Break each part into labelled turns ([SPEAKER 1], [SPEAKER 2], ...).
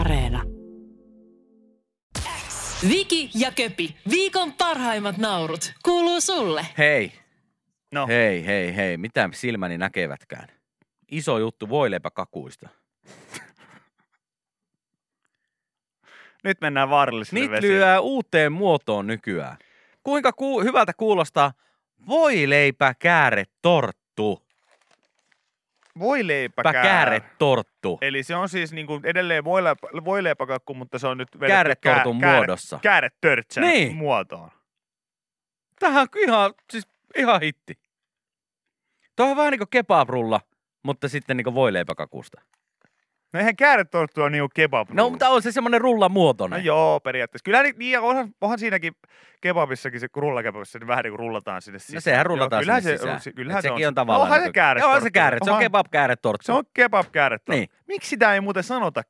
[SPEAKER 1] Areena. Viki ja Köpi, viikon parhaimmat naurut, kuuluu sulle.
[SPEAKER 2] Hei,
[SPEAKER 3] No,
[SPEAKER 2] hei, hei, hei. Mitä silmäni näkevätkään? Iso juttu voileipäkakuista.
[SPEAKER 3] nyt mennään vaarallisille
[SPEAKER 2] Niitä
[SPEAKER 3] vesille.
[SPEAKER 2] lyö uuteen muotoon nykyään. Kuinka ku- hyvältä kuulostaa voileipäkääre torttu?
[SPEAKER 3] Voi leipäkää.
[SPEAKER 2] Päkääre torttu.
[SPEAKER 3] Eli se on siis niin kuin edelleen voi, leipä, voi leipäkakku, mutta se on nyt vedetty
[SPEAKER 2] Kääretortun
[SPEAKER 3] kää-
[SPEAKER 2] muodossa.
[SPEAKER 3] Kääre, kääretörtsän
[SPEAKER 2] Niin.
[SPEAKER 3] muotoon.
[SPEAKER 2] Tähän on ihan, siis ihan hitti. Tuo on vähän niin kuin kebabrulla, mutta sitten niin kuin voileipäkakusta.
[SPEAKER 3] No eihän kääretorttu on niinku kebab.
[SPEAKER 2] No, mutta on se semmoinen rulla
[SPEAKER 3] No
[SPEAKER 2] muotoinen.
[SPEAKER 3] joo, periaatteessa. Kyllä niin, niin, onhan, onhan siinäkin kebabissakin, se rullakebabissa, niin vähän niin kuin rullataan sinne sisään.
[SPEAKER 2] No sehän rullataan
[SPEAKER 3] Joo, kyllähän
[SPEAKER 2] sinne
[SPEAKER 3] se,
[SPEAKER 2] sisään.
[SPEAKER 3] Se,
[SPEAKER 2] Et
[SPEAKER 3] kyllähän se
[SPEAKER 2] sekin
[SPEAKER 3] on,
[SPEAKER 2] on tavallaan.
[SPEAKER 3] Onhan se
[SPEAKER 2] niinku-
[SPEAKER 3] kääre.
[SPEAKER 2] Joo, on se kääre. Se on kebab kääre torttu.
[SPEAKER 3] Se on kebab käärettä.
[SPEAKER 2] Niin.
[SPEAKER 3] Miksi sitä ei muuten sanota,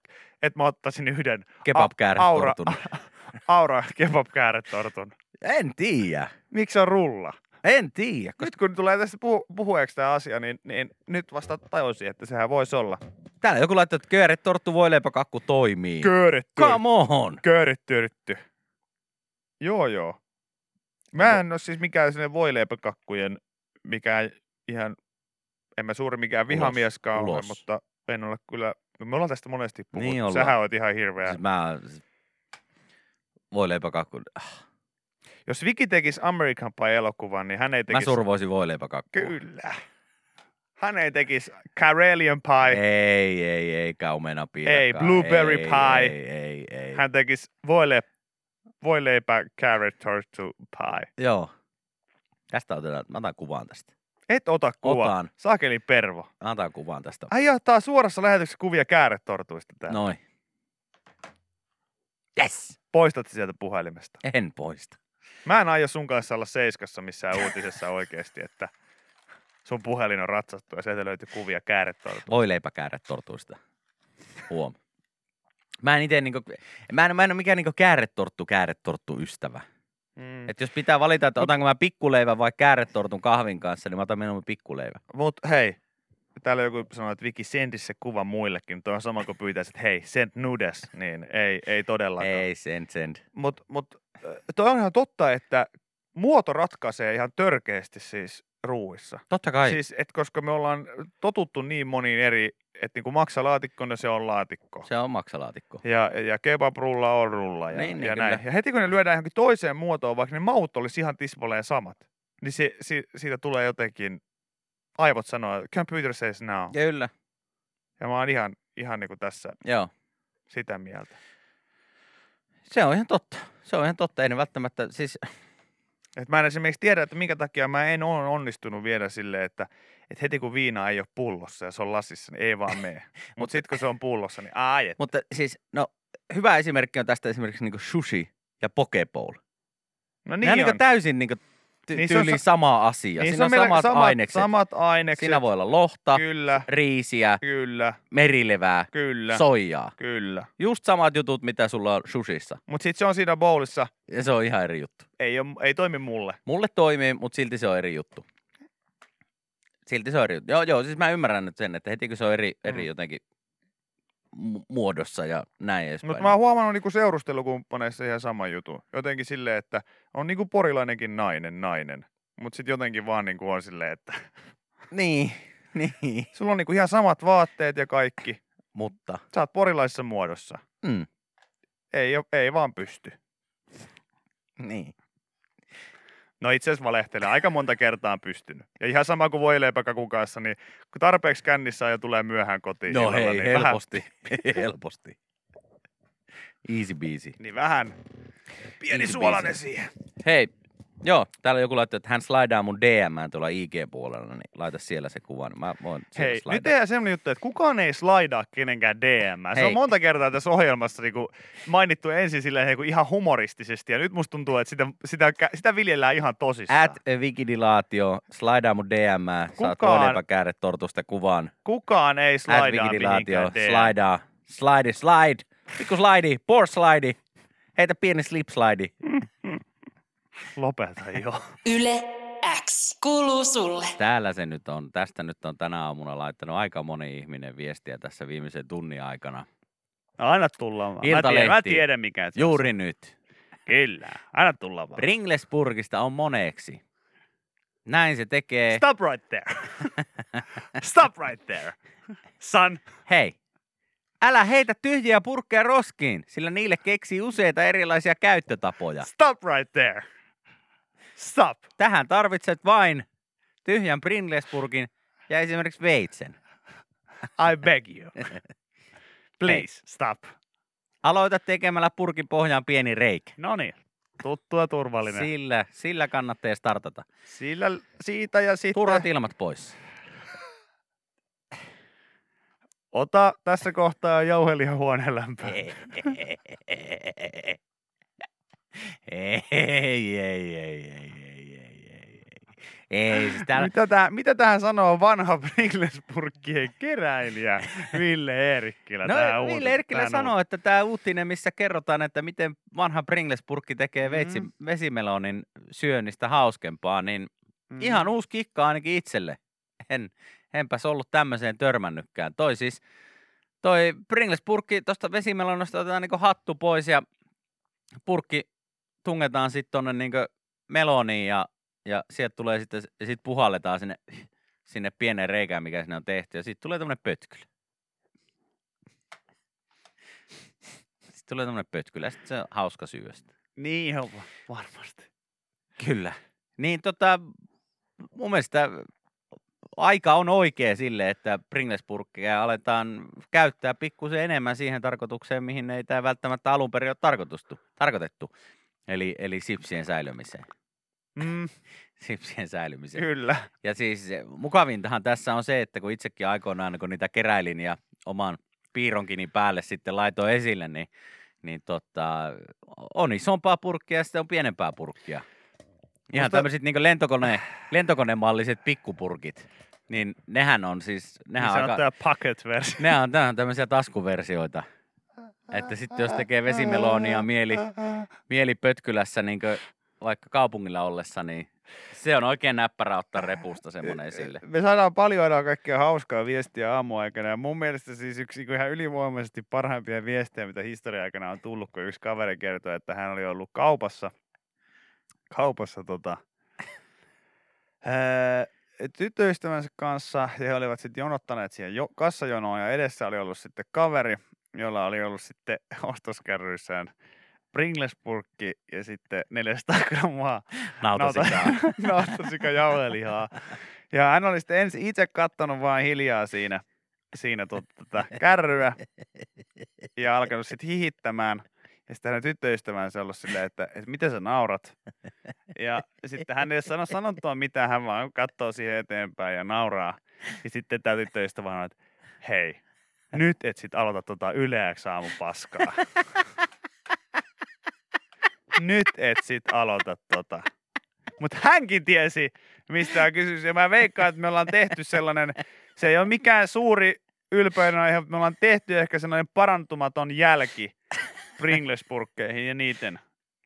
[SPEAKER 3] että mä ottaisin yhden
[SPEAKER 2] kebab
[SPEAKER 3] a- aura,
[SPEAKER 2] kääretortun.
[SPEAKER 3] aura kebab kääretortun?
[SPEAKER 2] En tiedä.
[SPEAKER 3] Miksi se on rulla?
[SPEAKER 2] En tiedä. Koska
[SPEAKER 3] Nyt kun tulee tästä puhu, puhueeksi tämä asia, niin, niin, nyt vasta tajusin, että sehän voisi olla.
[SPEAKER 2] täällä joku laittaa, että kääretorttu voi leipäkakku toimii.
[SPEAKER 3] Kööretty.
[SPEAKER 2] Come on.
[SPEAKER 3] Köörettyrtty. Joo, joo. Mä en ole siis mikään sinne voileipäkakkujen, mikään ihan, en mä suuri mikään
[SPEAKER 2] Ulos,
[SPEAKER 3] vihamieskaan ole,
[SPEAKER 2] ulos.
[SPEAKER 3] mutta en ole kyllä, me ollaan tästä monesti puhuttu.
[SPEAKER 2] Niin ollaan.
[SPEAKER 3] Sähän oot ihan hirveä.
[SPEAKER 2] Siis mä... Voi leipäkakku. Ah,
[SPEAKER 3] Jos Viki tekisi American Pie-elokuvan, niin hän ei
[SPEAKER 2] Mä
[SPEAKER 3] tekisi...
[SPEAKER 2] survoisin voi leipäkakkua.
[SPEAKER 3] Kyllä. Hän ei tekisi Karelian Pie,
[SPEAKER 2] Ei, ei, ei, kaumenapiirakaan.
[SPEAKER 3] Ei, blueberry
[SPEAKER 2] ei,
[SPEAKER 3] pie.
[SPEAKER 2] Ei, ei, ei.
[SPEAKER 3] hän tekisi voile, voileipä carrot tortilla pie.
[SPEAKER 2] Joo. Tästä otetaan, mä otan kuvan tästä.
[SPEAKER 3] Et ota kuva.
[SPEAKER 2] Otan.
[SPEAKER 3] Saakeli pervo.
[SPEAKER 2] Mä otan kuvan tästä.
[SPEAKER 3] Ai ottaa suorassa lähetyksessä kuvia kääretortuista täällä.
[SPEAKER 2] Noin. Yes!
[SPEAKER 3] Poistat se sieltä puhelimesta.
[SPEAKER 2] En poista.
[SPEAKER 3] Mä en aio sun kanssa olla seiskassa missään uutisessa oikeesti, että sun puhelin on ratsastu ja sieltä löytyy kuvia kääretortuista.
[SPEAKER 2] Voi leipäkäärät tortuista. Huom. Mä en ite niinku, mä en, mä en ole mikään niinku kääretorttu, kääretorttu ystävä.
[SPEAKER 3] Mm.
[SPEAKER 2] Et jos pitää valita, että otanko mä pikkuleivän vai kääretortun kahvin kanssa, niin mä otan minun pikkuleivän.
[SPEAKER 3] Mut hei, täällä joku sanoi, että Viki, sendi se kuva muillekin. Tuo on sama kuin pyytäisi, että hei, send nudes. Niin ei, ei todellakaan.
[SPEAKER 2] Ei, sen, sen.
[SPEAKER 3] Mut, mut äh, toi on ihan totta, että muoto ratkaisee ihan törkeästi siis ruuissa.
[SPEAKER 2] Totta kai. Siis...
[SPEAKER 3] Siis, et koska me ollaan totuttu niin moniin eri, että niinku maksalaatikko, no se on laatikko.
[SPEAKER 2] Se on maksalaatikko.
[SPEAKER 3] Ja, ja kebabrulla on rulla ja,
[SPEAKER 2] Niin, niin,
[SPEAKER 3] ja
[SPEAKER 2] kyllä.
[SPEAKER 3] näin. Ja heti kun ne lyödään johonkin toiseen muotoon, vaikka ne maut olisi ihan tismalleen samat, niin se, si, siitä tulee jotenkin, aivot sanoo, computer says now.
[SPEAKER 2] Kyllä.
[SPEAKER 3] Ja mä oon ihan, ihan niin kuin tässä
[SPEAKER 2] Joo.
[SPEAKER 3] sitä mieltä.
[SPEAKER 2] Se on ihan totta. Se on ihan totta. Ei ne välttämättä, siis
[SPEAKER 3] Et mä en esimerkiksi tiedä, että minkä takia mä en ole onnistunut vielä silleen, että et heti kun viina ei ole pullossa ja se on lasissa, niin ei vaan mene. Mutta sitten kun se on pullossa, niin ai et.
[SPEAKER 2] Mutta siis, no, hyvä esimerkki on tästä esimerkiksi niin sushi ja pokeball.
[SPEAKER 3] No
[SPEAKER 2] Niin Nämä on
[SPEAKER 3] niin
[SPEAKER 2] niin
[SPEAKER 3] on.
[SPEAKER 2] täysin niin ty-
[SPEAKER 3] Niin se on
[SPEAKER 2] tyyliin
[SPEAKER 3] sa-
[SPEAKER 2] sama asia.
[SPEAKER 3] Niin
[SPEAKER 2] Siinä on, samat,
[SPEAKER 3] samat
[SPEAKER 2] ainekset.
[SPEAKER 3] Samat ainekset.
[SPEAKER 2] Siinä voi olla lohta,
[SPEAKER 3] Kyllä,
[SPEAKER 2] riisiä,
[SPEAKER 3] kyllä,
[SPEAKER 2] merilevää,
[SPEAKER 3] kyllä,
[SPEAKER 2] soijaa.
[SPEAKER 3] kyllä.
[SPEAKER 2] Just samat jutut, mitä sulla on sushissa.
[SPEAKER 3] Mutta sitten se on siinä bowlissa.
[SPEAKER 2] Ja se on ihan eri juttu.
[SPEAKER 3] Ei, oo, ei toimi mulle.
[SPEAKER 2] Mulle toimii, mutta silti se on eri juttu. Silti se on eri juttu. Joo, joo, siis mä ymmärrän nyt sen, että heti kun se on eri, eri
[SPEAKER 3] Mm. jotenkin
[SPEAKER 2] jotenkin muodossa ja näin edespäin.
[SPEAKER 3] Mutta mä oon huomannut niinku seurustelukumppaneissa ihan sama juttu. Jotenkin silleen, että on niinku porilainenkin nainen nainen. Mutta sitten jotenkin vaan niinku on silleen, että
[SPEAKER 2] Niin, niin.
[SPEAKER 3] sulla on niinku ihan samat vaatteet ja kaikki.
[SPEAKER 2] Mutta
[SPEAKER 3] Sä oot porilaisessa muodossa.
[SPEAKER 2] Mm.
[SPEAKER 3] Ei, oo- ei vaan pysty.
[SPEAKER 2] niin.
[SPEAKER 3] No itse asiassa valehtelen. Aika monta kertaa on pystynyt. Ja ihan sama kuin voi leipäkakun kanssa, niin kun tarpeeksi kännissä on ja tulee myöhään kotiin.
[SPEAKER 2] No
[SPEAKER 3] illalla,
[SPEAKER 2] hei,
[SPEAKER 3] niin
[SPEAKER 2] helposti. helposti. Easy biisi.
[SPEAKER 3] Vähän, niin vähän pieni
[SPEAKER 2] Easy
[SPEAKER 3] suolainen
[SPEAKER 2] biisi.
[SPEAKER 3] siihen.
[SPEAKER 2] Hei, joo, täällä joku laittaa, että hän slaidaa mun DM tuolla IG-puolella, niin laita siellä se kuva, niin mä voin siellä
[SPEAKER 3] Hei, nyt
[SPEAKER 2] slaidata.
[SPEAKER 3] tehdään semmoinen juttu, että kukaan ei slaidaa kenenkään DM. Se
[SPEAKER 2] Hei.
[SPEAKER 3] on monta kertaa tässä ohjelmassa niin kuin mainittu ensin silleen, niin kuin ihan humoristisesti. Ja nyt musta tuntuu, että sitä, sitä, sitä viljellään ihan tosissaan.
[SPEAKER 2] At Vigidilaatio, slaidaa mun DM, saat
[SPEAKER 3] Kukaan-
[SPEAKER 2] toinenpä tortusta kuvan.
[SPEAKER 3] Kukaan ei
[SPEAKER 2] At
[SPEAKER 3] slaidaa
[SPEAKER 2] Vigidilaatio,
[SPEAKER 3] mihinkään DM.
[SPEAKER 2] slaidaa, slide, slide, pikku slide, poor slide, heitä pieni slip slide.
[SPEAKER 3] Lopeta joo.
[SPEAKER 1] Yle X, kuuluu sulle.
[SPEAKER 2] Täällä se nyt on, tästä nyt on tänä aamuna laittanut aika moni ihminen viestiä tässä viimeisen tunnin aikana.
[SPEAKER 3] Anna tulla vaan. Mä tiedän, mä
[SPEAKER 2] Iltalehti.
[SPEAKER 3] tiedän mikä se on.
[SPEAKER 2] Juuri nyt.
[SPEAKER 3] Kyllä. Anna tulla vaan.
[SPEAKER 2] Ringlesburgista on moneksi. Näin se tekee.
[SPEAKER 3] Stop right there. Stop right there. Son.
[SPEAKER 2] Hei, älä heitä tyhjiä purkkeja roskiin, sillä niille keksii useita erilaisia käyttötapoja.
[SPEAKER 3] Stop right there. Stop.
[SPEAKER 2] Tähän tarvitset vain tyhjän Pringles-purkin ja esimerkiksi veitsen.
[SPEAKER 3] I beg you. Please, stop.
[SPEAKER 2] Aloita tekemällä purkin pohjaan pieni reikä.
[SPEAKER 3] No niin. Tuttu ja turvallinen.
[SPEAKER 2] Sillä, sillä kannattaa startata.
[SPEAKER 3] Sillä, siitä ja sitten.
[SPEAKER 2] Turhat ilmat pois.
[SPEAKER 3] Ota tässä kohtaa jauhelihan huoneen lämpöä.
[SPEAKER 2] Ei, ei, ei, ei, ei, ei, ei, ei. Ei, siis täällä,
[SPEAKER 3] Mitä, tähän, mitä tähän sanoo vanha Pringlesburgien keräilijä Ville Eerikkilä? tähän
[SPEAKER 2] No Ville
[SPEAKER 3] uutiseen,
[SPEAKER 2] Erkkilä
[SPEAKER 3] tähän
[SPEAKER 2] sanoo, että tämä uutinen, missä kerrotaan, että miten vanha Pringles-purkki tekee veitsi,
[SPEAKER 3] Mm.
[SPEAKER 2] vesimelonin syönnistä hauskempaa, niin
[SPEAKER 3] uutiseen.
[SPEAKER 2] ihan uusi kikka ainakin itselle. En, enpäs ollut tämmöiseen törmännykään. Toi siis, toi Pringles-purkki tuosta vesimelonasta otetaan niinku hattu pois ja purkki tungetaan sitten tonne niinku meloniin ja, ja sieltä tulee sitten, sit puhalletaan sinne, sinne pienen reikään, mikä sinne on tehty ja sitten tulee tämmönen pötkylä. Sitten tulee tämmönen pötkylä ja sitten se on hauska syöstä.
[SPEAKER 3] Niin ihan va- varmasti.
[SPEAKER 2] Kyllä. Niin tota, mun mielestä aika on oikea sille, että Pringlesburgia aletaan käyttää pikkusen enemmän siihen tarkoitukseen, mihin ei tämä välttämättä alun perin ole tarkoitustu, tarkoitettu. Eli, eli sipsien säilymiseen.
[SPEAKER 3] Mm,
[SPEAKER 2] Sipsien säilymiseen.
[SPEAKER 3] kyllä.
[SPEAKER 2] Ja siis eh, mukavintahan tässä on se, että kun itsekin aikoinaan kun niitä keräilin ja oman piironkini päälle sitten laitoin esille, niin, niin tota, on isompaa purkkia ja sitten on pienempää purkkia. Ihan
[SPEAKER 3] Musta-
[SPEAKER 2] Musta... tämmöiset niin lentokone, lentokonemalliset pikkupurkit, niin nehän on siis, nehän
[SPEAKER 3] Niin se
[SPEAKER 2] on
[SPEAKER 3] on
[SPEAKER 2] aika,
[SPEAKER 3] tämä pocket-versio.
[SPEAKER 2] nehän on, nehän on tämmöisiä taskuversioita. Että sitten jos tekee vesimeloonia mieli, mieli pötkylässä niin vaikka kaupungilla ollessa, niin se on oikein näppärä ottaa repusta semmoinen esille.
[SPEAKER 3] E, Me saadaan paljon aina kaikkea hauskaa viestiä aamuaikana. Ja mun mielestä siis yksi niinku ihan ylivoimaisesti parhaimpia viestejä, mitä historia-aikana on tullut, kun yksi kaveri kertoi, että hän oli ollut kaupassa, kaupassa tota, ää, tyttöystävänsä kanssa ja he olivat sitten jonottaneet siihen jo, kassajonoon ja edessä oli ollut sitten kaveri, jolla oli ollut sitten ostoskärryissään Pringlesburkki ja sitten 400 grammaa
[SPEAKER 2] Nautasikaa.
[SPEAKER 3] Nautasika jauhelihaa. Ja hän oli sitten ensin itse kattonut vain hiljaa siinä, siinä tuota, tätä kärryä ja alkanut sitten hihittämään. Ja sitten hänen tyttöystävänsä ollut silleen, että, että miten sä naurat. Ja sitten hän ei sano sanottua mitään, hän vaan katsoo siihen eteenpäin ja nauraa. Ja sitten tämä tyttöystävä on, että hei, nyt et sit aloita tota yleäksi aamupaskaa. nyt et sit aloita tota. Mutta hänkin tiesi, mistä on kysymys. Ja mä veikkaan, että me ollaan tehty sellainen, se ei ole mikään suuri ylpeyden aihe, mutta me ollaan tehty ehkä sellainen parantumaton jälki Pringlesburkkeihin ja niiden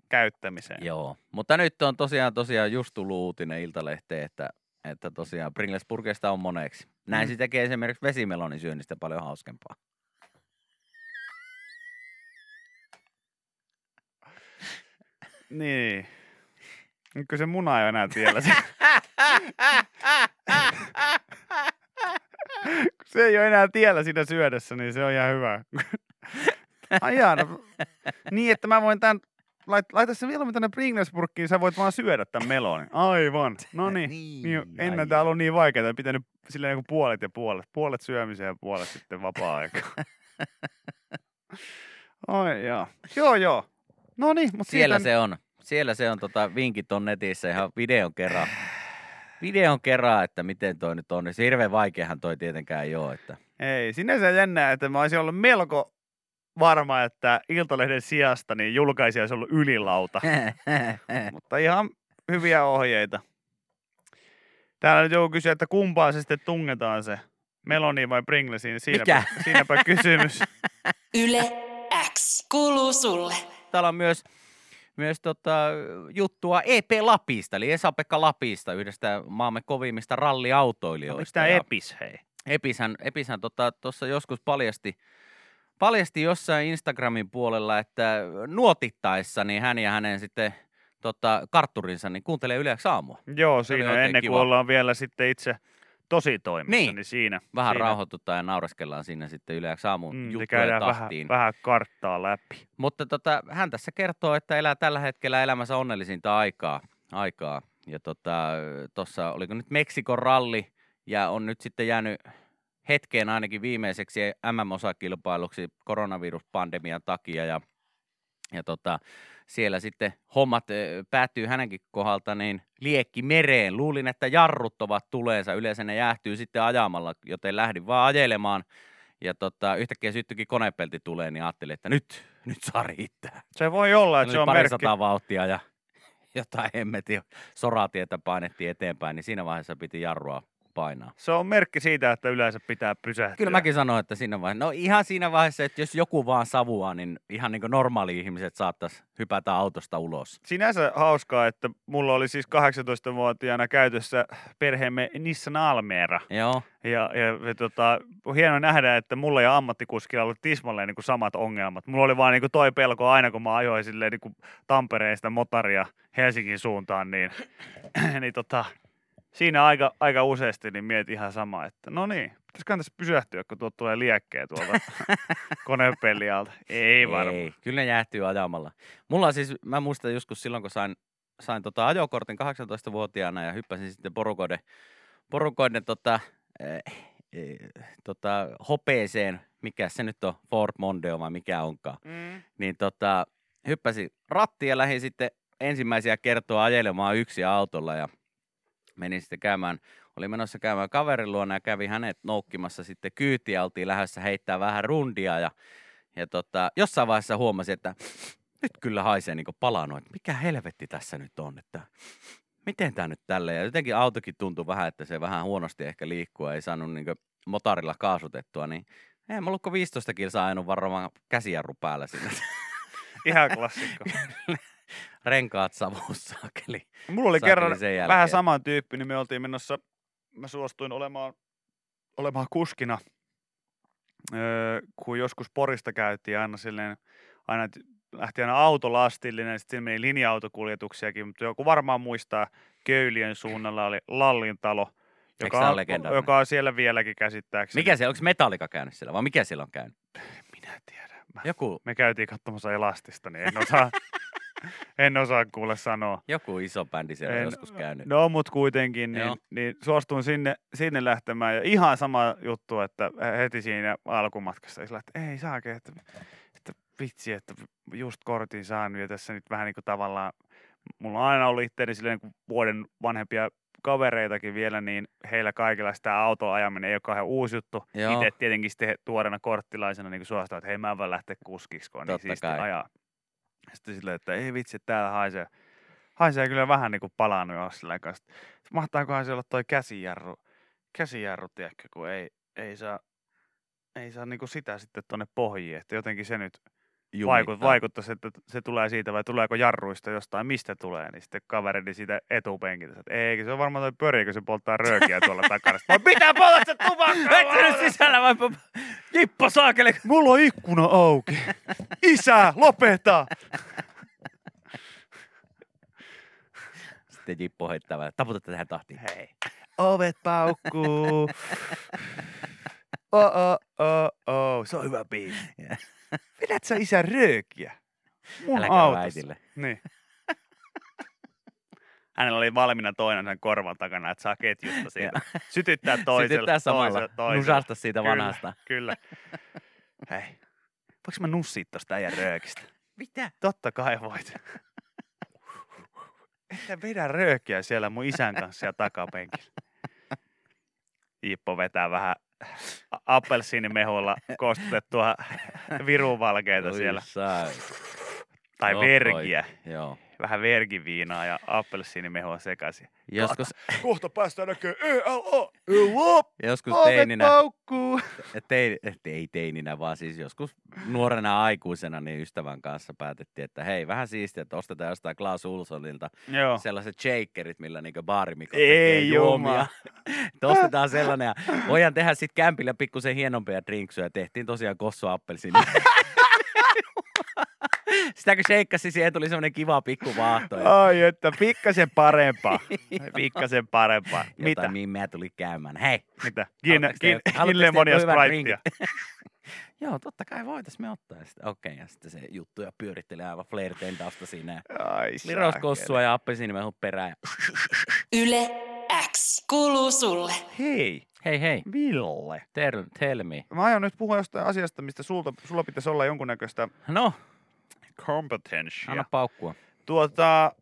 [SPEAKER 3] käyttämiseen.
[SPEAKER 2] Joo, mutta nyt on tosiaan, tosiaan just tullut uutinen Iltalehteen, että, että tosiaan Pringlesburgeista on moneksi. Näin
[SPEAKER 3] Mm.
[SPEAKER 2] se tekee esimerkiksi vesimelonin syönnistä paljon hauskempaa.
[SPEAKER 3] Niin. Nyt kun se muna ei ole enää tiellä. Se, kun se ei ole enää tiellä siinä syödessä, niin se on ihan hyvä. Ajana. Niin, että mä voin tämän... Lait, laita se vielä tänne Pringlesburgiin, sä voit vaan syödä tämän melonin. Aivan. No niin. Niin, ennen
[SPEAKER 2] ai-
[SPEAKER 3] tää on ollut niin vaikeaa, että pitänyt silleen niin puolet ja puolet. Puolet syömiseen ja puolet sitten vapaa-aikaan. Ai joo. Joo joo. No niin, mutta
[SPEAKER 2] Siellä
[SPEAKER 3] siitä...
[SPEAKER 2] se on. Siellä se on tota, vinkit on netissä ihan videon kerran. Videon kerran, että miten toi nyt on. Se hirveän vaikeahan toi tietenkään ei ole. Että.
[SPEAKER 3] Ei, sinänsä jännää, että mä olisin ollut melko varma, että Iltalehden sijasta niin julkaisija olisi ollut ylilauta. Mutta ihan hyviä ohjeita. Täällä nyt joku kysyy, että kumpaan se sitten tungetaan se. Meloni vai Pringlesiin? Siinäpä, siinäpä kysymys.
[SPEAKER 1] Yle X kuuluu sulle.
[SPEAKER 2] Täällä on myös, myös tota, juttua EP Lapista, eli Esa-Pekka Lapista, yhdestä maamme kovimmista
[SPEAKER 3] No,
[SPEAKER 2] ralliautoilijoista.
[SPEAKER 3] Miksi tämä
[SPEAKER 2] ja-
[SPEAKER 3] epis, hei?
[SPEAKER 2] Epishän, Epishän tota, tuossa joskus paljasti, paljasti jossain Instagramin puolella, että nuotittaessa niin hän ja hänen sitten tota, kartturinsa niin kuuntelee yleensä aamua.
[SPEAKER 3] Joo,
[SPEAKER 2] Se oli
[SPEAKER 3] siinä
[SPEAKER 2] oikein
[SPEAKER 3] ennen kuin
[SPEAKER 2] kiva.
[SPEAKER 3] ollaan vielä sitten itse tositoimissa,
[SPEAKER 2] Niin.
[SPEAKER 3] niin, niin siinä.
[SPEAKER 2] Vähän
[SPEAKER 3] siinä,
[SPEAKER 2] rauhoitutaan ja naureskellaan siinä sitten yleensä aamun
[SPEAKER 3] Mm,
[SPEAKER 2] mm,
[SPEAKER 3] niin
[SPEAKER 2] juttuja
[SPEAKER 3] käydään vähän,
[SPEAKER 2] tahtiin.
[SPEAKER 3] vähän karttaa läpi.
[SPEAKER 2] Mutta tota, hän tässä kertoo, että elää tällä hetkellä elämänsä onnellisinta aikaa. aikaa. Ja tota, tuossa oliko nyt Meksikon ralli ja on nyt sitten jäänyt hetkeen ainakin viimeiseksi MM-osakilpailuksi koronaviruspandemian takia ja, ja tota, siellä sitten hommat ö, päättyy hänenkin kohdalta niin liekki mereen. Luulin, että jarrut ovat tuleensa. Yleensä ne jäähtyy sitten ajamalla, joten lähdin vaan ajelemaan. Ja tota, yhtäkkiä syttyikin konepelti tulee, niin ajattelin, että nyt, nyt saa riittää.
[SPEAKER 3] Se voi olla, että
[SPEAKER 2] Oli
[SPEAKER 3] se on
[SPEAKER 2] pari
[SPEAKER 3] merkki.
[SPEAKER 2] sataa vauhtia ja jotain hemmetin soratietä painettiin eteenpäin, niin siinä vaiheessa piti jarrua painaa.
[SPEAKER 3] Se on merkki siitä, että yleensä pitää pysähtyä.
[SPEAKER 2] Kyllä mäkin sanoin, että siinä vaiheessa, no ihan siinä vaiheessa, että jos joku vaan savuaa, niin ihan niin kuin normaali ihmiset saattaisi hypätä autosta ulos.
[SPEAKER 3] Sinänsä hauskaa, että mulla oli siis 18-vuotiaana käytössä perheemme Nissan Almera.
[SPEAKER 2] Joo,
[SPEAKER 3] Ja, ja, ja tota, on hieno nähdä, että mulla ja ammattikuskilla oli tismalleen niin kuin samat ongelmat. Mulla oli vaan niin kuin toi pelko aina, kun mä ajoin silleen, niin kuin Tampereesta motaria Helsingin suuntaan, niin, niin tota, siinä aika, aika useasti niin mietin ihan samaa, että no niin, pitäisiköhän tässä pysähtyä, kun tuolta tulee liekkejä tuolta konepelialta. Ei varmaan.
[SPEAKER 2] Ei, kyllä ne jäähtyy ajamalla. Mulla on siis, mä muistan joskus silloin, kun sain, sain tota ajokortin 18-vuotiaana ja hyppäsin sitten porukoiden, porukoiden tota, eh, eh, tota, hopeeseen, mikä se nyt on, Ford Mondeo vai mikä onkaan
[SPEAKER 3] Mm.
[SPEAKER 2] niin tota, hyppäsin rattiin ja lähdin sitten ensimmäisiä kertoa ajelemaan yksi autolla ja menin sitten käymään, oli menossa käymään kaverin luona ja kävi hänet noukkimassa sitten kyytiä, oltiin lähdössä heittää vähän rundia ja, ja tota, jossain vaiheessa huomasin, että nyt kyllä haisee niin palanoit. Mikä helvetti tässä nyt on, että miten tämä nyt tälle ja jotenkin autokin tuntui vähän, että se vähän huonosti ehkä liikkua, ei saanut niin motarilla kaasutettua, niin ei mä ollut kuin 15 kilsaa ajanut varmaan käsijarru päällä siinä
[SPEAKER 3] Ihan klassikko.
[SPEAKER 2] renkaat savussa. Eli
[SPEAKER 3] Mulla oli
[SPEAKER 2] Saakeli
[SPEAKER 3] kerran
[SPEAKER 2] sen jälkeen.
[SPEAKER 3] vähän saman tyyppi, niin me oltiin menossa, mä suostuin olemaan, olemaan kuskina, öö, kun joskus Porista käytiin aina silleen, aina t- lähti aina autolastillinen, sitten meni linja-autokuljetuksiakin, mutta joku varmaan muistaa, Köyliön suunnalla oli Lallin talo,
[SPEAKER 2] se
[SPEAKER 3] joka
[SPEAKER 2] ole
[SPEAKER 3] on,
[SPEAKER 2] legendaarinen?
[SPEAKER 3] joka on siellä vieläkin käsittääkseni.
[SPEAKER 2] mikä se, onko metallika käynyt siellä vai mikä siellä on käynyt?
[SPEAKER 3] Minä tiedän. Mä,
[SPEAKER 2] Joku,
[SPEAKER 3] me käytiin katsomassa Elastista, niin en osaa, en osaa kuule sanoa.
[SPEAKER 2] joku iso bändi siellä on
[SPEAKER 3] En-
[SPEAKER 2] joskus käynyt.
[SPEAKER 3] No, mutta kuitenkin, niin,
[SPEAKER 2] Joo.
[SPEAKER 3] niin suostuin sinne, sinne lähtemään. Ja ihan sama juttu, että heti siinä alkumatkassa sillä, että ei saake, että, että vitsi, että just kortin saanut. Ja tässä nyt vähän niin kuin tavallaan, mulla on aina ollut itseäni silleen niin vuoden vanhempia kavereitakin vielä, niin heillä kaikilla sitä autoa ajaminen ei ole kauhean uusi juttu.
[SPEAKER 2] Joo.
[SPEAKER 3] Itse tietenkin sitten tuorena korttilaisena niin suostaa, että hei mä en vaan lähteä kuskiksi, kun on niin
[SPEAKER 2] Totta
[SPEAKER 3] siisti
[SPEAKER 2] kai.
[SPEAKER 3] ajaa. Sitten silleen, että ei vitsi, täällä haisee, haisee kyllä vähän niin kuin palannut jo sillä kanssa. Mahtaakohan se olla toi käsijarru, käsijarru, tiedätkö, kun ei, ei saa, ei saa niin kuin sitä sitten tuonne pohjiin, että jotenkin se nyt vaikut,
[SPEAKER 2] Jumittaa.
[SPEAKER 3] vaikuttaisi, että se tulee siitä vai tuleeko jarruista jostain, mistä tulee, niin sitten kaverini siitä etupenkiltä, sanoi, että eikö se on varmaan toi pöriä, kun se polttaa röökiä tuolla takana. Sitten mä, mitä poltat se tupakkaa?
[SPEAKER 2] Vettänyt sisällä vai pa- Jippo saakeli.
[SPEAKER 3] Mulla on ikkuna auki. Isä, lopeta!
[SPEAKER 2] Sitten Jippo heittää vähän, taputa tähän tahtiin.
[SPEAKER 3] Hei. Ovet paukkuu. Oh, oh, oh, oh. Se on hyvä biisi. Vedät sä isä röökiä? Mun
[SPEAKER 2] Älä käy
[SPEAKER 3] autossa.
[SPEAKER 2] äitille.
[SPEAKER 3] Niin. Hänellä oli valmiina toinen sen korvan takana, että saa ketjusta siitä. Sytyttää toisella.
[SPEAKER 2] Sytyttää samalla.
[SPEAKER 3] toisella, toisella.
[SPEAKER 2] Nusasta siitä
[SPEAKER 3] Kyllä,
[SPEAKER 2] vanhasta.
[SPEAKER 3] Kyllä. Hei, voinko mä nussia tosta äijän röökistä?
[SPEAKER 2] Mitä?
[SPEAKER 3] Totta kai voit. Että vedä röökiä siellä mun isän kanssa ja takapenkillä. Jippo vetää vähän a- appelsiinimehulla kostutettua viruvalkeita siellä. Tai Tuota.
[SPEAKER 2] Oi,
[SPEAKER 3] verkiä.
[SPEAKER 2] Joo.
[SPEAKER 3] vähän verkiviinaa ja appelsiinimehua sekaisin.
[SPEAKER 2] Joskus,
[SPEAKER 3] Kohta päästään näkemään E ELA! ELA!
[SPEAKER 2] joskus
[SPEAKER 3] Ovet
[SPEAKER 2] teininä,
[SPEAKER 3] paukkuu!
[SPEAKER 2] tein, ei teininä, vaan siis joskus nuorena aikuisena niin ystävän kanssa päätettiin, että hei, vähän siistiä, että ostetaan jostain Klaas Ulsonilta
[SPEAKER 3] Joo.
[SPEAKER 2] sellaiset shakerit, millä niinku baarimikko tekee
[SPEAKER 3] Ei
[SPEAKER 2] juomia.
[SPEAKER 3] juoma.
[SPEAKER 2] Että ostetaan sellainen ja voidaan tehdä sitten kämpillä pikkusen hienompia drinksuja. Tehtiin tosiaan kossuappelsiini. Sitä kun sheikkasi, siihen tuli semmoinen kiva pikku vaahto. Ja
[SPEAKER 3] Ai että, pikkasen parempaa. Pikkasen parempaa. Mitä?
[SPEAKER 2] jotain mimmeä tuli niin käymään. Hei,
[SPEAKER 3] Mitä? Gin,
[SPEAKER 2] Haluatteko
[SPEAKER 3] gin,
[SPEAKER 2] te- haluatteko
[SPEAKER 3] gin
[SPEAKER 2] te
[SPEAKER 3] lemon ja
[SPEAKER 2] hyvän
[SPEAKER 3] spriteia.
[SPEAKER 2] joo, totta kai voitais me ottaa. Ja sitten, okei, ja sitten se juttu ja pyörittelee aivan flerteen tausta siinä. ja
[SPEAKER 3] Ai
[SPEAKER 2] Liraus
[SPEAKER 3] saakeli.
[SPEAKER 2] kossua ja appelsiinimehut perään. ja-
[SPEAKER 1] Yle X kuuluu sulle.
[SPEAKER 3] Hei,
[SPEAKER 2] Hei, hei,
[SPEAKER 3] Ville.
[SPEAKER 2] tell, tell me.
[SPEAKER 3] Mä aion nyt puhua jostain asiasta, mistä sulta, sulla pitäisi olla jonkunnäköistä
[SPEAKER 2] No,
[SPEAKER 3] competencia.
[SPEAKER 2] anna paukkua.
[SPEAKER 3] Tuota, äh,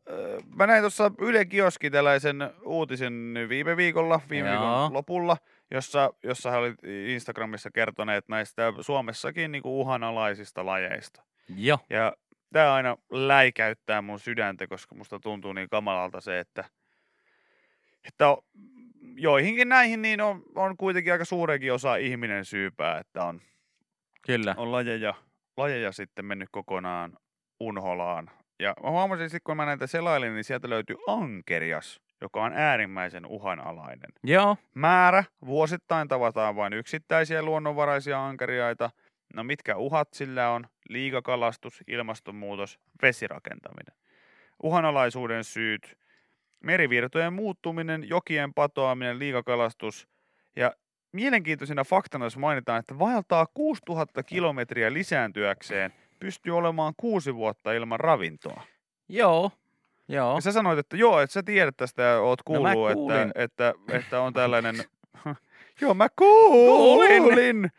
[SPEAKER 3] mä näin tuossa Yle Kioski tällaisen uutisen viime viikolla, viime
[SPEAKER 2] Joo.
[SPEAKER 3] viikon lopulla, jossa, jossa he olivat Instagramissa kertoneet näistä Suomessakin niinku uhanalaisista lajeista.
[SPEAKER 2] Joo.
[SPEAKER 3] Ja tämä aina läikäyttää mun sydäntä, koska musta tuntuu niin kamalalta se, että, että o- joihinkin näihin niin on, on kuitenkin aika suurenkin osa ihminen syypää, että on,
[SPEAKER 2] Kyllä.
[SPEAKER 3] on lajeja, lajeja sitten mennyt kokonaan unholaan. Ja mä huomasin sitten, kun mä näitä selailin, niin sieltä löytyy ankerias, joka on äärimmäisen uhanalainen.
[SPEAKER 2] Joo.
[SPEAKER 3] Määrä. Vuosittain tavataan vain yksittäisiä luonnonvaraisia ankeriaita. No mitkä uhat sillä on? Liikakalastus, ilmastonmuutos, vesirakentaminen. Uhanalaisuuden syyt. Merivirtojen muuttuminen, jokien patoaminen, liikakalastus. Ja mielenkiintoisena faktana, jos mainitaan, että vaeltaa 6000 kilometriä lisääntyäkseen, pystyy olemaan kuusi vuotta ilman ravintoa.
[SPEAKER 2] Joo. Joo.
[SPEAKER 3] Ja sä sanoit, että joo, että sä tiedät tästä ja oot
[SPEAKER 2] No mä
[SPEAKER 3] kuullut,
[SPEAKER 2] kuulin.
[SPEAKER 3] että, että, että on tällainen... joo, mä kuulin, kuulin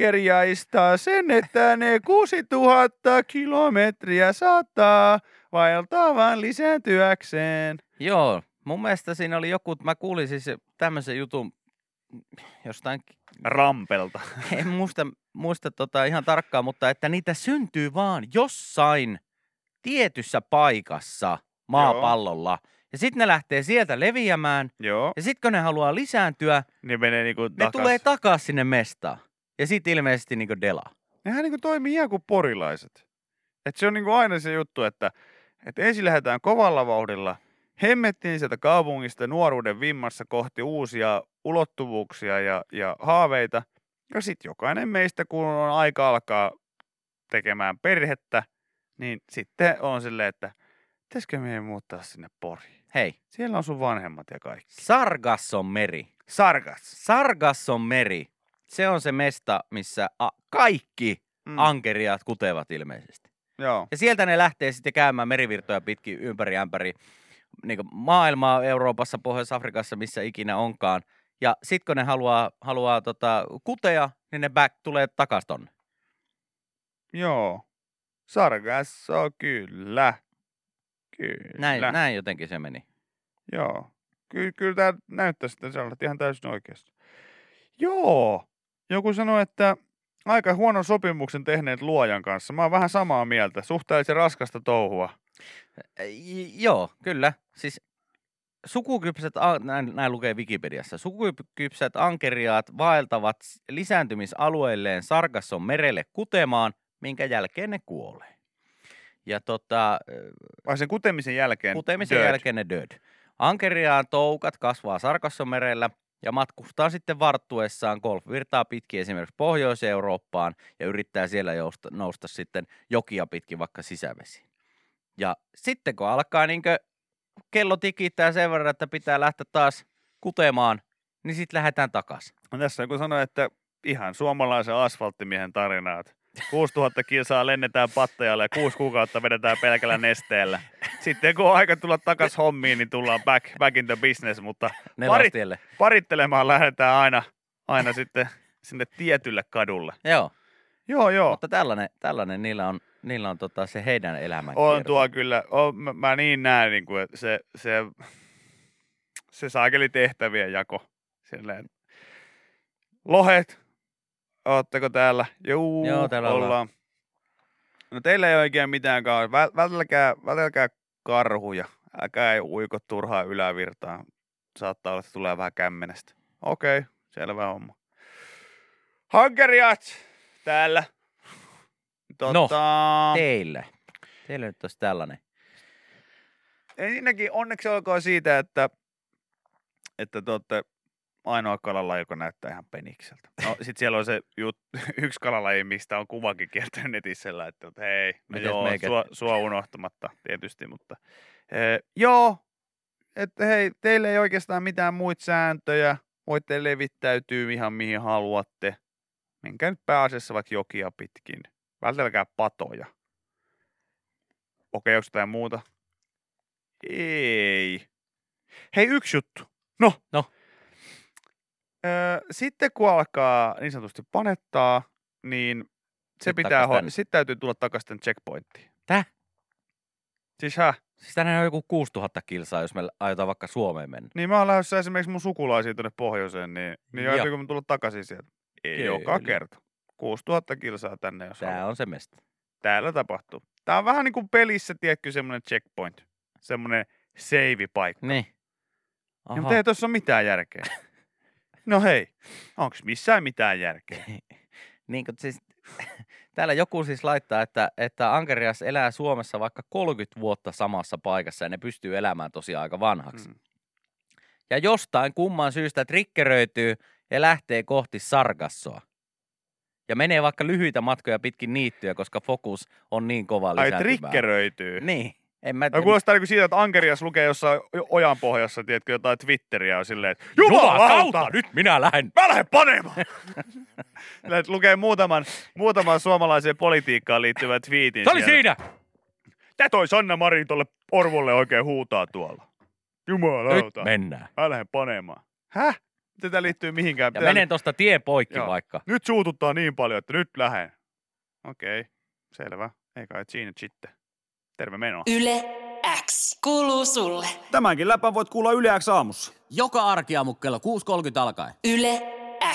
[SPEAKER 3] ankeriaista sen, että ne 6000 kilometriä saattaa vaeltaa vaan lisääntyäkseen.
[SPEAKER 2] Joo, mun mielestä siinä oli joku, mä kuulin siis tämmöisen jutun jostain,
[SPEAKER 3] Rampelta.
[SPEAKER 2] en muista, muista tota ihan tarkkaan, mutta että niitä syntyy vaan jossain tietyssä paikassa maapallolla. Joo. Ja sitten ne lähtee sieltä leviämään,
[SPEAKER 3] Joo,
[SPEAKER 2] ja sitten kun ne haluaa lisääntyä,
[SPEAKER 3] ne menee niinku
[SPEAKER 2] ne
[SPEAKER 3] takas.
[SPEAKER 2] tulee takas sinne mestaan. Ja sitten ilmeisesti niinku delaa.
[SPEAKER 3] Nehän niinku toimii ihan kuin porilaiset. Et se on niinku aina se juttu, että, että ensin lähdetään kovalla vauhdilla, hemmettiin sieltä kaupungista nuoruuden vimmassa kohti uusia ulottuvuuksia ja, ja haaveita. Ja sitten jokainen meistä, kun on aika alkaa tekemään perhettä, niin sitten on silleen, että pitäisikö meidän muuttaa sinne Poriin?
[SPEAKER 2] Hei,
[SPEAKER 3] Siellä on sun vanhemmat ja kaikki.
[SPEAKER 2] Sargasson meri.
[SPEAKER 3] Sarkas.
[SPEAKER 2] Sargasson meri. Se on se mesta, missä a, kaikki
[SPEAKER 3] Mm.
[SPEAKER 2] ankeriaat kutevat ilmeisesti.
[SPEAKER 3] Joo.
[SPEAKER 2] Ja sieltä ne lähtee sitten käymään merivirtoja pitkin ympäri ämpäri niin maailmaa Euroopassa, Pohjois-Afrikassa, missä ikinä onkaan. Ja sitten kun ne haluaa, haluaa tota, kuteja, niin ne back tulee takas tonne.
[SPEAKER 3] Joo. Sargasso, kyllä. Kyllä.
[SPEAKER 2] Näin, näin jotenkin se meni.
[SPEAKER 3] Joo. Ky- kyllä tämä näyttää sitten sellaiselta että ihan täysin oikeasti. Joo. Joku sanoi, että aika huonon sopimuksen tehneet luojan kanssa. Mä oon vähän samaa mieltä. Suhteellisen raskasta touhua.
[SPEAKER 2] J- joo, kyllä. Siis sukukypsät, a- näin, näin lukee Wikipediassa, sukukypsät ankeriaat vaeltavat s- lisääntymisalueelleen Sargasson merelle kutemaan, minkä jälkeen ne kuolee. Ja tota,
[SPEAKER 3] Vai sen kutemisen jälkeen?
[SPEAKER 2] Kutemisen
[SPEAKER 3] dirt.
[SPEAKER 2] jälkeen ne död. Ankeriaan toukat kasvaa Sarkassomerellä ja matkustaa sitten varttuessaan golfvirtaa pitkin esimerkiksi Pohjois-Eurooppaan ja yrittää siellä jousta, nousta sitten jokia pitkin vaikka sisävesiin. Ja sitten kun alkaa niinkö kello tikittää sen verran, että pitää lähteä taas kutemaan, niin sitten lähdetään takaisin.
[SPEAKER 3] No Tässä joku sanoi, että ihan suomalaisen asfalttimiehen tarinaat. 6000 kilsaa lennetään pattajalle ja kuusi kuukautta vedetään pelkällä nesteellä. Sitten kun on aika tulla takas hommiin, niin tullaan back, back in the business, mutta
[SPEAKER 2] Nelostielle.
[SPEAKER 3] parittelemaan lähdetään aina, aina sitten sinne tietylle kadulle.
[SPEAKER 2] Joo,
[SPEAKER 3] Joo, joo.
[SPEAKER 2] mutta tällainen, tällainen niillä on, niillä on tota se heidän elämän
[SPEAKER 3] On tuo kyllä. On, mä, mä, niin näen, niin kuin, että se, se, se saakeli tehtävien jako. Silleen. Lohet, ootteko täällä? Juu,
[SPEAKER 2] Joo, täällä ollaan.
[SPEAKER 3] No teillä ei oikein mitään kaa. Vä- Vältelkää, vältelkää karhuja. Älkää ei uiko turhaa ylävirtaan. Saattaa olla, että tulee vähän kämmenestä. Okei, okay, selvä homma. Hankeriat täällä.
[SPEAKER 2] No,
[SPEAKER 3] Tota,
[SPEAKER 2] Teille. Teille nyt olisi tällainen.
[SPEAKER 3] ensinnäkin onneksi olkoon siitä, että, että te olette ainoa kalalaji, joka näyttää ihan penikseltä. No, sit siellä on se jut, yksi kalalaji, mistä on kuvakin kiertänyt netissä, että että hei, no
[SPEAKER 2] Mites
[SPEAKER 3] joo,
[SPEAKER 2] meikä-
[SPEAKER 3] sua, sua, unohtamatta tietysti, mutta ee, joo, että hei, teille ei oikeastaan mitään muita sääntöjä, voitte levittäytyä ihan mihin haluatte. Menkää nyt pääasiassa vaikka jokia pitkin. Vältelkää patoja. Okei, onko jotain muuta? Ei. Hei, yksi juttu. No.
[SPEAKER 2] No.
[SPEAKER 3] Öö, sitten kun alkaa niin sanotusti panettaa, niin se
[SPEAKER 2] Sit
[SPEAKER 3] pitää
[SPEAKER 2] takas
[SPEAKER 3] ho-
[SPEAKER 2] tänne.
[SPEAKER 3] sitten täytyy tulla takaisin tänne checkpointtiin.
[SPEAKER 2] Täh?
[SPEAKER 3] Siis häh?
[SPEAKER 2] Siis tänään on joku 6000 kilsaa, jos me aiotaan vaikka Suomeen mennä.
[SPEAKER 3] Niin mä oon lähdössä esimerkiksi mun sukulaisiin tuonne pohjoiseen, niin, niin
[SPEAKER 2] Joo.
[SPEAKER 3] täytyykö mun tulla takaisin sieltä? Ei joka
[SPEAKER 2] Kyllä.
[SPEAKER 3] kerta. 6000 kilsaa tänne, jos haluaa.
[SPEAKER 2] Tää on se mesta.
[SPEAKER 3] täällä tapahtuu. Tää on vähän niin kuin pelissä, tiedätkö, semmoinen checkpoint. Semmoinen save-paikka.
[SPEAKER 2] Niin.
[SPEAKER 3] Niin, mutta ei tuossa ole mitään järkeä. No hei, onks missään mitään järkeä?
[SPEAKER 2] niin kuin, siis, täällä joku siis laittaa, että, että Ankerias elää Suomessa vaikka 30 vuotta samassa paikassa ja ne pystyy elämään tosiaan aika vanhaksi. Mm.
[SPEAKER 3] Mm.
[SPEAKER 2] Ja jostain kumman syystä trikkeröityy ja lähtee kohti sarkassoa. Ja menee vaikka lyhyitä matkoja pitkin niittyä, koska fokus on niin kova
[SPEAKER 3] Ai
[SPEAKER 2] lisääntymään.
[SPEAKER 3] trikkeröityy.
[SPEAKER 2] Niin. En mä,
[SPEAKER 3] No kuulostaa niinku siitä, että Ankerias lukee jossain o- ojan pohjassa, tiedätkö, jotain Twitteriä on silleen, että Jumalauta,
[SPEAKER 2] Jumalauta, nyt minä lähden.
[SPEAKER 3] mä lähden panemaan! Silleen, että lukee muutaman, muutaman suomalaiseen politiikkaan liittyvän twiitin
[SPEAKER 2] Se oli
[SPEAKER 3] Niin siellä.
[SPEAKER 2] siinä.
[SPEAKER 3] Tä toi Sanna Marin tolle Orvolle oikein huutaa tuolla.
[SPEAKER 2] Nyt
[SPEAKER 3] Jumalauta.
[SPEAKER 2] mennään.
[SPEAKER 3] Mä lähden panemaan. Häh? Tätä liittyy mihinkään.
[SPEAKER 2] Ja
[SPEAKER 3] Tää-
[SPEAKER 2] menen tosta tien poikki
[SPEAKER 3] Joo.
[SPEAKER 2] vaikka.
[SPEAKER 3] Nyt suututtaa niin paljon, että nyt lähen. Okei, selvä. Ei kai siinä sitten. Terve menoa.
[SPEAKER 1] Yle X. Kuuluu sulle.
[SPEAKER 4] Tämänkin läpän voit kuulla Yle X aamussa.
[SPEAKER 5] Joka arkiaamu kello 6.30 alkaen.
[SPEAKER 1] Yle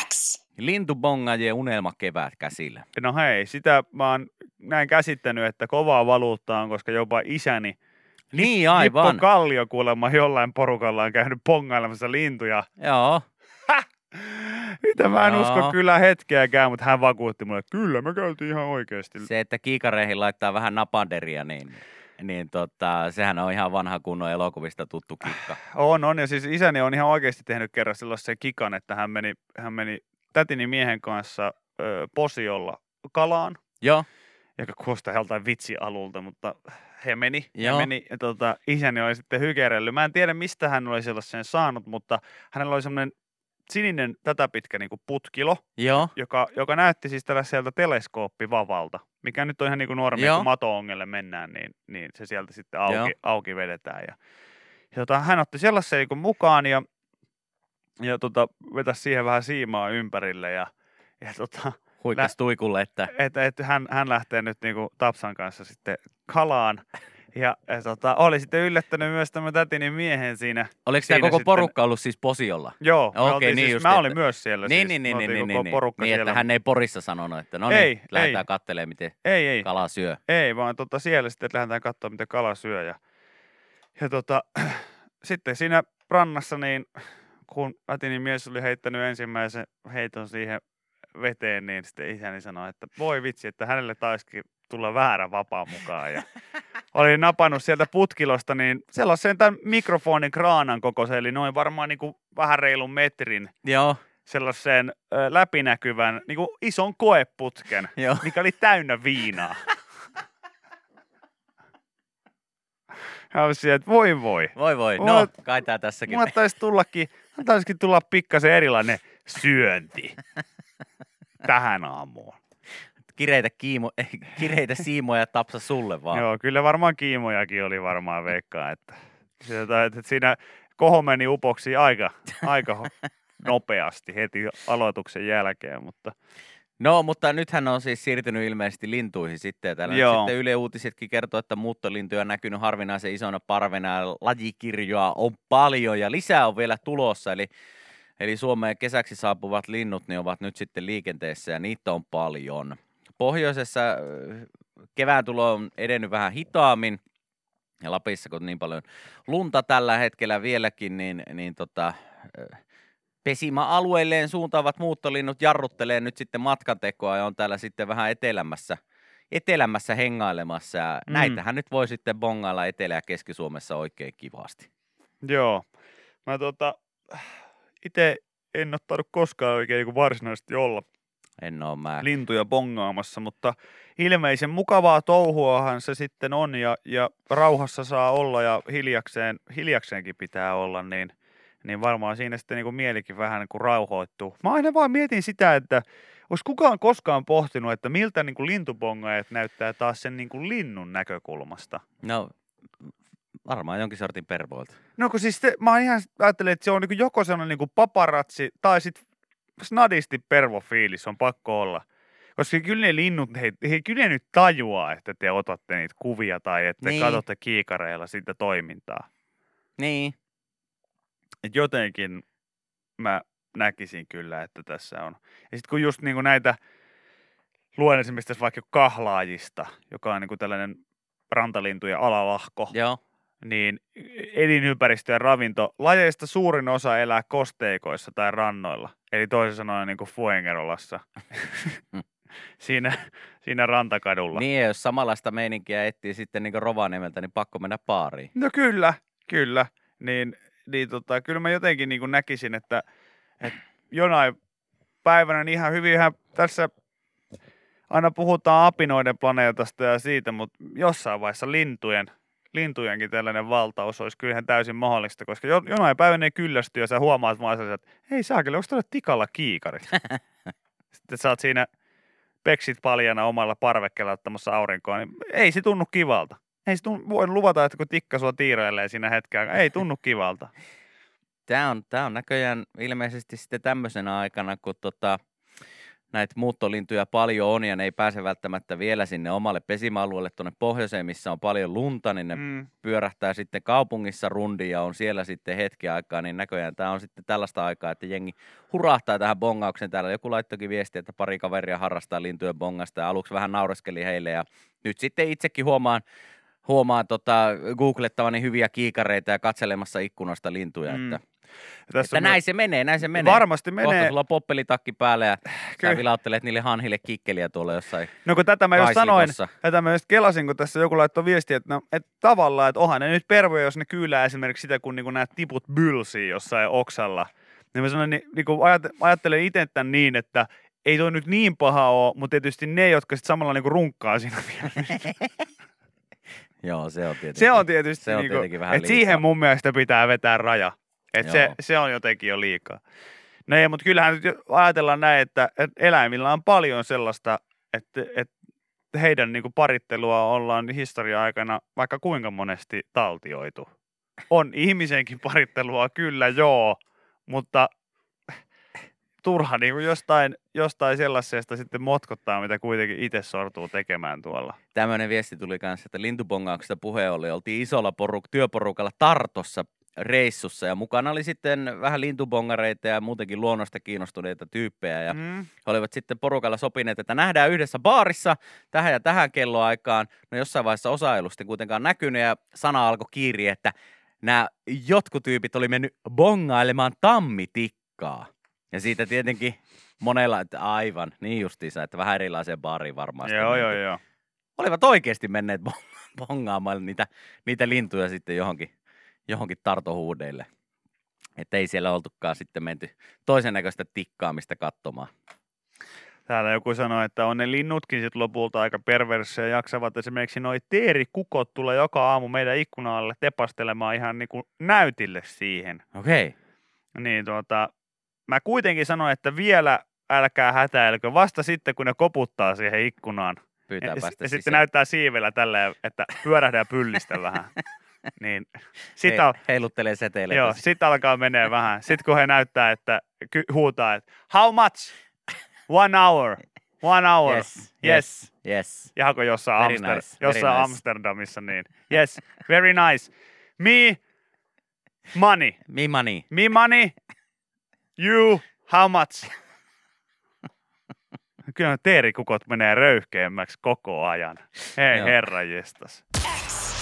[SPEAKER 1] X.
[SPEAKER 2] Lintubongajien unelma kevät käsillä.
[SPEAKER 3] No hei, sitä mä oon näin käsittänyt, että kovaa valuuttaa on, koska jopa isäni
[SPEAKER 2] Niin aivan.
[SPEAKER 3] Nippo Kallio kuulemma jollain porukalla on käynyt pongailemassa lintuja.
[SPEAKER 2] Joo.
[SPEAKER 3] Mitä mä en
[SPEAKER 2] Joo.
[SPEAKER 3] usko kyllä hetkeäkään, mutta hän vakuutti mulle, että kyllä me käytiin ihan oikeasti.
[SPEAKER 2] Se, että kiikareihin laittaa vähän napanderia, niin, niin tota, sehän on ihan vanha kunnon elokuvista tuttu kikka.
[SPEAKER 3] On, on. Ja siis isäni on ihan oikeasti tehnyt kerran sellaisen kikan, että hän meni, hän meni tätini miehen kanssa ö, posiolla kalaan,
[SPEAKER 2] Joo,
[SPEAKER 3] joka kuulostaa joltain vitsialulta, mutta he meni. He
[SPEAKER 2] Joo.
[SPEAKER 3] meni ja tota, isäni oli sitten hykerellyt. Mä en tiedä, mistä hän oli sellaisen saanut, mutta hänellä oli semmoinen sininen tätä pitkä niin putkilo,
[SPEAKER 2] joo,
[SPEAKER 3] joka, joka näytti siis tällaiselta teleskooppivavalta, mikä nyt on ihan niin kuin normi,
[SPEAKER 2] Joo.
[SPEAKER 3] kun mato-ongelle mennään, niin, niin se sieltä sitten
[SPEAKER 2] Joo.
[SPEAKER 3] auki, auki vedetään. Ja, ja tota, hän otti sellaisen niin kuin mukaan ja, ja tota, vetäisi siihen vähän siimaa ympärille ja, ja tota,
[SPEAKER 2] huikas tuikulle, että
[SPEAKER 3] et, et hän, hän lähtee nyt niin kuin Tapsan kanssa sitten kalaan. Ja, ja tota, oli sitten yllättänyt myös tämän tätini miehen siinä.
[SPEAKER 2] oliko tämä
[SPEAKER 3] Siinä
[SPEAKER 2] koko
[SPEAKER 3] sitten-
[SPEAKER 2] porukka ollut siis posiolla?
[SPEAKER 3] Joo, me
[SPEAKER 2] Okei,
[SPEAKER 3] oltiin
[SPEAKER 2] niin
[SPEAKER 3] siis,
[SPEAKER 2] just,
[SPEAKER 3] mä
[SPEAKER 2] että-
[SPEAKER 3] olin myös siellä.
[SPEAKER 2] Niin,
[SPEAKER 3] siis,
[SPEAKER 2] niin, niin,
[SPEAKER 3] me
[SPEAKER 2] niin,
[SPEAKER 3] oltiin
[SPEAKER 2] niin,
[SPEAKER 3] koko
[SPEAKER 2] niin,
[SPEAKER 3] porukka
[SPEAKER 2] niin
[SPEAKER 3] siellä.
[SPEAKER 2] että hän ei Porissa sanonut, että no
[SPEAKER 3] Ei, Niin.
[SPEAKER 2] niin,
[SPEAKER 3] ei.
[SPEAKER 2] lähdetään kattelemaan, miten
[SPEAKER 3] Ei, ei,
[SPEAKER 2] kala syö.
[SPEAKER 3] Ei, vaan tota siellä sitten että lähdetään katsomaan, mitä kala syö. Ja, ja tota, sitten siinä rannassa, niin kun ätini mies oli heittänyt ensimmäisen heiton siihen veteen, niin sitten isäni sanoi, että voi vitsi, että hänelle taisikin tulla väärä vapaa mukaan. Ja olin napannut sieltä putkilosta niin sellaisen tämän mikrofonin kraanan kokoisen, eli noin varmaan niin kuin vähän reilun metrin
[SPEAKER 2] Joo,
[SPEAKER 3] sellaisen ö, läpinäkyvän, niin kuin ison koeputken
[SPEAKER 2] joo.
[SPEAKER 3] mikä oli täynnä viinaa. Hän oli siellä, että voi voi.
[SPEAKER 2] Voi voi,
[SPEAKER 3] Mulla-
[SPEAKER 2] no kai tää tässäkin.
[SPEAKER 3] Mulla taisi tullakin, mulla taisikin tulla pikkasen erilainen syönti tähän aamuun.
[SPEAKER 2] Kireitä, kiimo, ei, kireitä siimoja tapsa sulle vaan.
[SPEAKER 3] Joo, kyllä varmaan kiimojakin oli varmaan veikkaa, että, sieltä, että siinä koho meni upoksi aika, aika ho- nopeasti heti aloituksen jälkeen, mutta
[SPEAKER 2] No, mutta nythän on siis siirtynyt ilmeisesti lintuihin sitten. Ja täällä Joo.
[SPEAKER 3] Joo.
[SPEAKER 2] sitten Yle Uutisetkin kertoo, että muuttolintuja on näkynyt harvinaisen isona parvena. ja Lajikirjoa on paljon ja lisää on vielä tulossa. Eli, eli Suomeen kesäksi saapuvat linnut niin ovat nyt sitten liikenteessä ja niitä on paljon. Pohjoisessa ö, kevään tulo on edennyt vähän hitaammin. Ja Lapissa, kun niin paljon lunta tällä hetkellä vieläkin, niin, niin tota, ö, pesimäalueilleen suuntaavat muuttolinnut jarruttelee nyt sitten matkantekoa ja on täällä sitten vähän etelämässä, etelämässä hengailemassa. Ja
[SPEAKER 3] Mm.
[SPEAKER 2] Näitähän nyt voi sitten bongailla Etelä- ja Keski-Suomessa oikein kivasti.
[SPEAKER 3] Joo. Mä tota, itse en ottanut koskaan oikein niin varsinaisesti olla
[SPEAKER 2] En oo mä.
[SPEAKER 3] lintuja bongaamassa, mutta ilmeisen mukavaa touhuahan se sitten on ja, ja rauhassa saa olla ja hiljakseen, hiljakseenkin pitää olla, niin, niin varmaan siinä sitten niin kuin mielikin vähän niin kuin rauhoittuu. Mä aina vaan mietin sitä, että olisi kukaan koskaan pohtinut, että miltä niin kuin lintubongaajat näyttää taas sen niin kuin linnun näkökulmasta.
[SPEAKER 2] No, varmaan jonkin sortin pervoilta.
[SPEAKER 3] No kun siis se, mä oon ihan ajattelin, että se on niin joko sellainen niin kuin paparatsi tai sitten snadisti pervofiilis on pakko olla. Koska kyllä ne linnut, he, he kyllä ne nyt tajuaa, että te otatte niitä kuvia tai että niin.
[SPEAKER 2] Niin.
[SPEAKER 3] katsotte kiikareilla sitä toimintaa.
[SPEAKER 2] Niin.
[SPEAKER 3] Et jotenkin mä näkisin kyllä, että tässä on. Ja sitten kun just niin kuin näitä, luen esimerkiksi tässä vaikka kahlaajista, joka on niin kuin tällainen rantalintujen alalahko.
[SPEAKER 2] Joo.
[SPEAKER 3] niin elinympäristö ja ravinto, lajeista suurin osa elää kosteikoissa tai rannoilla, eli toisin sanoen niin kuin Fuengerolassa. siinä, siinä rantakadulla.
[SPEAKER 2] Niin, ja jos samanlaista meininkiä etsii sitten niin Rovaniemeltä, niin pakko mennä baariin.
[SPEAKER 3] No kyllä, kyllä. Niin, niin tota, kyllä mä jotenkin niin kuin näkisin, että, että jonain päivänä niin ihan hyvinhän tässä aina puhutaan apinoiden planeetasta ja siitä, mutta jossain vaiheessa lintujen, lintujenkin tällainen valtaus olisi kyllähän täysin mahdollista, koska jo, jonain päivänä ne kyllästyy ja sä huomaat vaan sellaisen, että hei saakeli, onko tuolla tikalla kiikari? Sitten sä oot siinä peksit paljana omalla parvekkeella ottamassa aurinkoa, niin ei se tunnu kivalta. Ei se tunnu, voin luvata, että kun tikka sua tiirailee siinä hetkellä, ei tunnu kivalta.
[SPEAKER 2] Tämä on, tää on näköjään ilmeisesti sitten tämmöisenä aikana, kun tota, näitä muuttolintuja paljon on ja ne ei pääse välttämättä vielä sinne omalle pesimäalueelle tuonne pohjoiseen, missä on paljon lunta, niin ne
[SPEAKER 3] Mm.
[SPEAKER 2] pyörähtää sitten kaupungissa rundin ja on siellä sitten hetki aikaa, niin näköjään tämä on sitten tällaista aikaa, että jengi hurahtaa tähän bongaukseen. Täällä joku laittokin viestiä, että pari kaveria harrastaa lintujen bongasta ja aluksi vähän naureskeli heille ja nyt sitten itsekin huomaan, huomaan tota, googlettavani hyviä kiikareita ja katselemassa ikkunasta lintuja,
[SPEAKER 3] Mm.
[SPEAKER 2] mm. että,
[SPEAKER 3] Ja Tässä
[SPEAKER 2] että näin se menee, näin se menee.
[SPEAKER 3] Varmasti
[SPEAKER 2] Kohta
[SPEAKER 3] menee.
[SPEAKER 2] sulla on poppelitakki päällä ja
[SPEAKER 3] Kyllä.
[SPEAKER 2] sä vilauttelet niille hanhille kikkeliä tuolla jossain
[SPEAKER 3] No kun tätä mä just sanoin,
[SPEAKER 2] kaislikossa.
[SPEAKER 3] tätä mä just kelasin, kun tässä joku laittoi viestiä, että, no, että tavallaan, että onhan ne nyt pervoja, jos ne kyylää esimerkiksi sitä, kun niinku nämä tiput bylsii jossain oksalla. Niin mä sanoin, niin, niin kun ajate- ajattelen itse tämän niin, että ei toi nyt niin paha ole, mutta tietysti ne, jotka sitten samalla niinku runkkaa siinä vielä.
[SPEAKER 2] Joo, se on tietenkin.
[SPEAKER 3] Se on tietysti,
[SPEAKER 2] Se on
[SPEAKER 3] niinku,
[SPEAKER 2] tietenkin vähän
[SPEAKER 3] et
[SPEAKER 2] liikaa.
[SPEAKER 3] siihen mun mielestä pitää vetää raja. Et se,
[SPEAKER 2] Joo.
[SPEAKER 3] se on jotenkin jo liikaa. No ei, mutta kyllähän nyt jo- ajatellaan näin, että, että eläimillä on paljon sellaista, että, että heidän niinku parittelua ollaan historian aikana vaikka kuinka monesti taltioitu. On ihmisenkin parittelua, kyllä joo, mutta turha niinku jostain, jostain sellaisesta sitten motkottaa, mitä kuitenkin itse sortuu tekemään tuolla.
[SPEAKER 2] Tämmöinen viesti tuli kanssa, että lintubongauksesta puhe oli. Oltiin isolla poruk- työporukalla Tartossa reissussa ja mukana oli sitten vähän lintubongareita ja muutenkin luonnosta kiinnostuneita tyyppejä. Ja
[SPEAKER 3] Mm.
[SPEAKER 2] he olivat sitten porukalla sopineet, että nähdään yhdessä baarissa tähän ja tähän kelloaikaan. No jossain vaiheessa osa ei ollut sitten kuitenkaan näkynyt ja sana alkoi kiiri, että nämä jotkut tyypit oli mennyt bongailemaan tammitikkaa. Ja siitä tietenkin monella, että aivan, niin justiinsa, että vähän erilaiseen baariin varmaan. sitten
[SPEAKER 3] Joo, joo,
[SPEAKER 2] mentiin.
[SPEAKER 3] joo.
[SPEAKER 2] Olivat oikeasti menneet bong- bongaamaan niitä, niitä lintuja sitten johonkin, johonkin tartohuudeille. Että ei siellä oltukaan sitten menty toisen näköistä tikkaamista katsomaan.
[SPEAKER 3] Täällä joku sanoi, että on ne linnutkin sitten lopulta aika perverssejä ja jaksavat esimerkiksi noi teerikukot tulee joka aamu meidän ikkunalle tepastelemaan ihan niin kuin näytille siihen.
[SPEAKER 2] Okei.
[SPEAKER 3] Niin tuota, mä kuitenkin sanon, että vielä älkää hätäilkö vasta sitten, kun ne koputtaa siihen ikkunaan. Ja,
[SPEAKER 2] pyytää
[SPEAKER 3] s-
[SPEAKER 2] päästä
[SPEAKER 3] ja sitten
[SPEAKER 2] sisään.
[SPEAKER 3] näyttää siivellä tällä, että pyörähdä ja pyllistä vähän. Niin sitä,
[SPEAKER 2] He, heiluttelee siis seteleitä.
[SPEAKER 3] joo, sit alkaa menee vähän. Sitten kun he näyttää, että ky- huutaa, että how much? One hour. One hour.
[SPEAKER 2] Yes,
[SPEAKER 3] yes.
[SPEAKER 2] yes, yes.
[SPEAKER 3] Jahko jossain,
[SPEAKER 2] Very
[SPEAKER 3] Amster-
[SPEAKER 2] nice, very
[SPEAKER 3] jossain
[SPEAKER 2] nice.
[SPEAKER 3] Amsterdamissa, niin yes, very nice. Me, money.
[SPEAKER 2] Me money.
[SPEAKER 3] Me money, you, how much? Kyllä teerikukot menee röyhkeämmäksi koko ajan. Hei
[SPEAKER 2] Joo.
[SPEAKER 3] herranjestas.
[SPEAKER 1] X.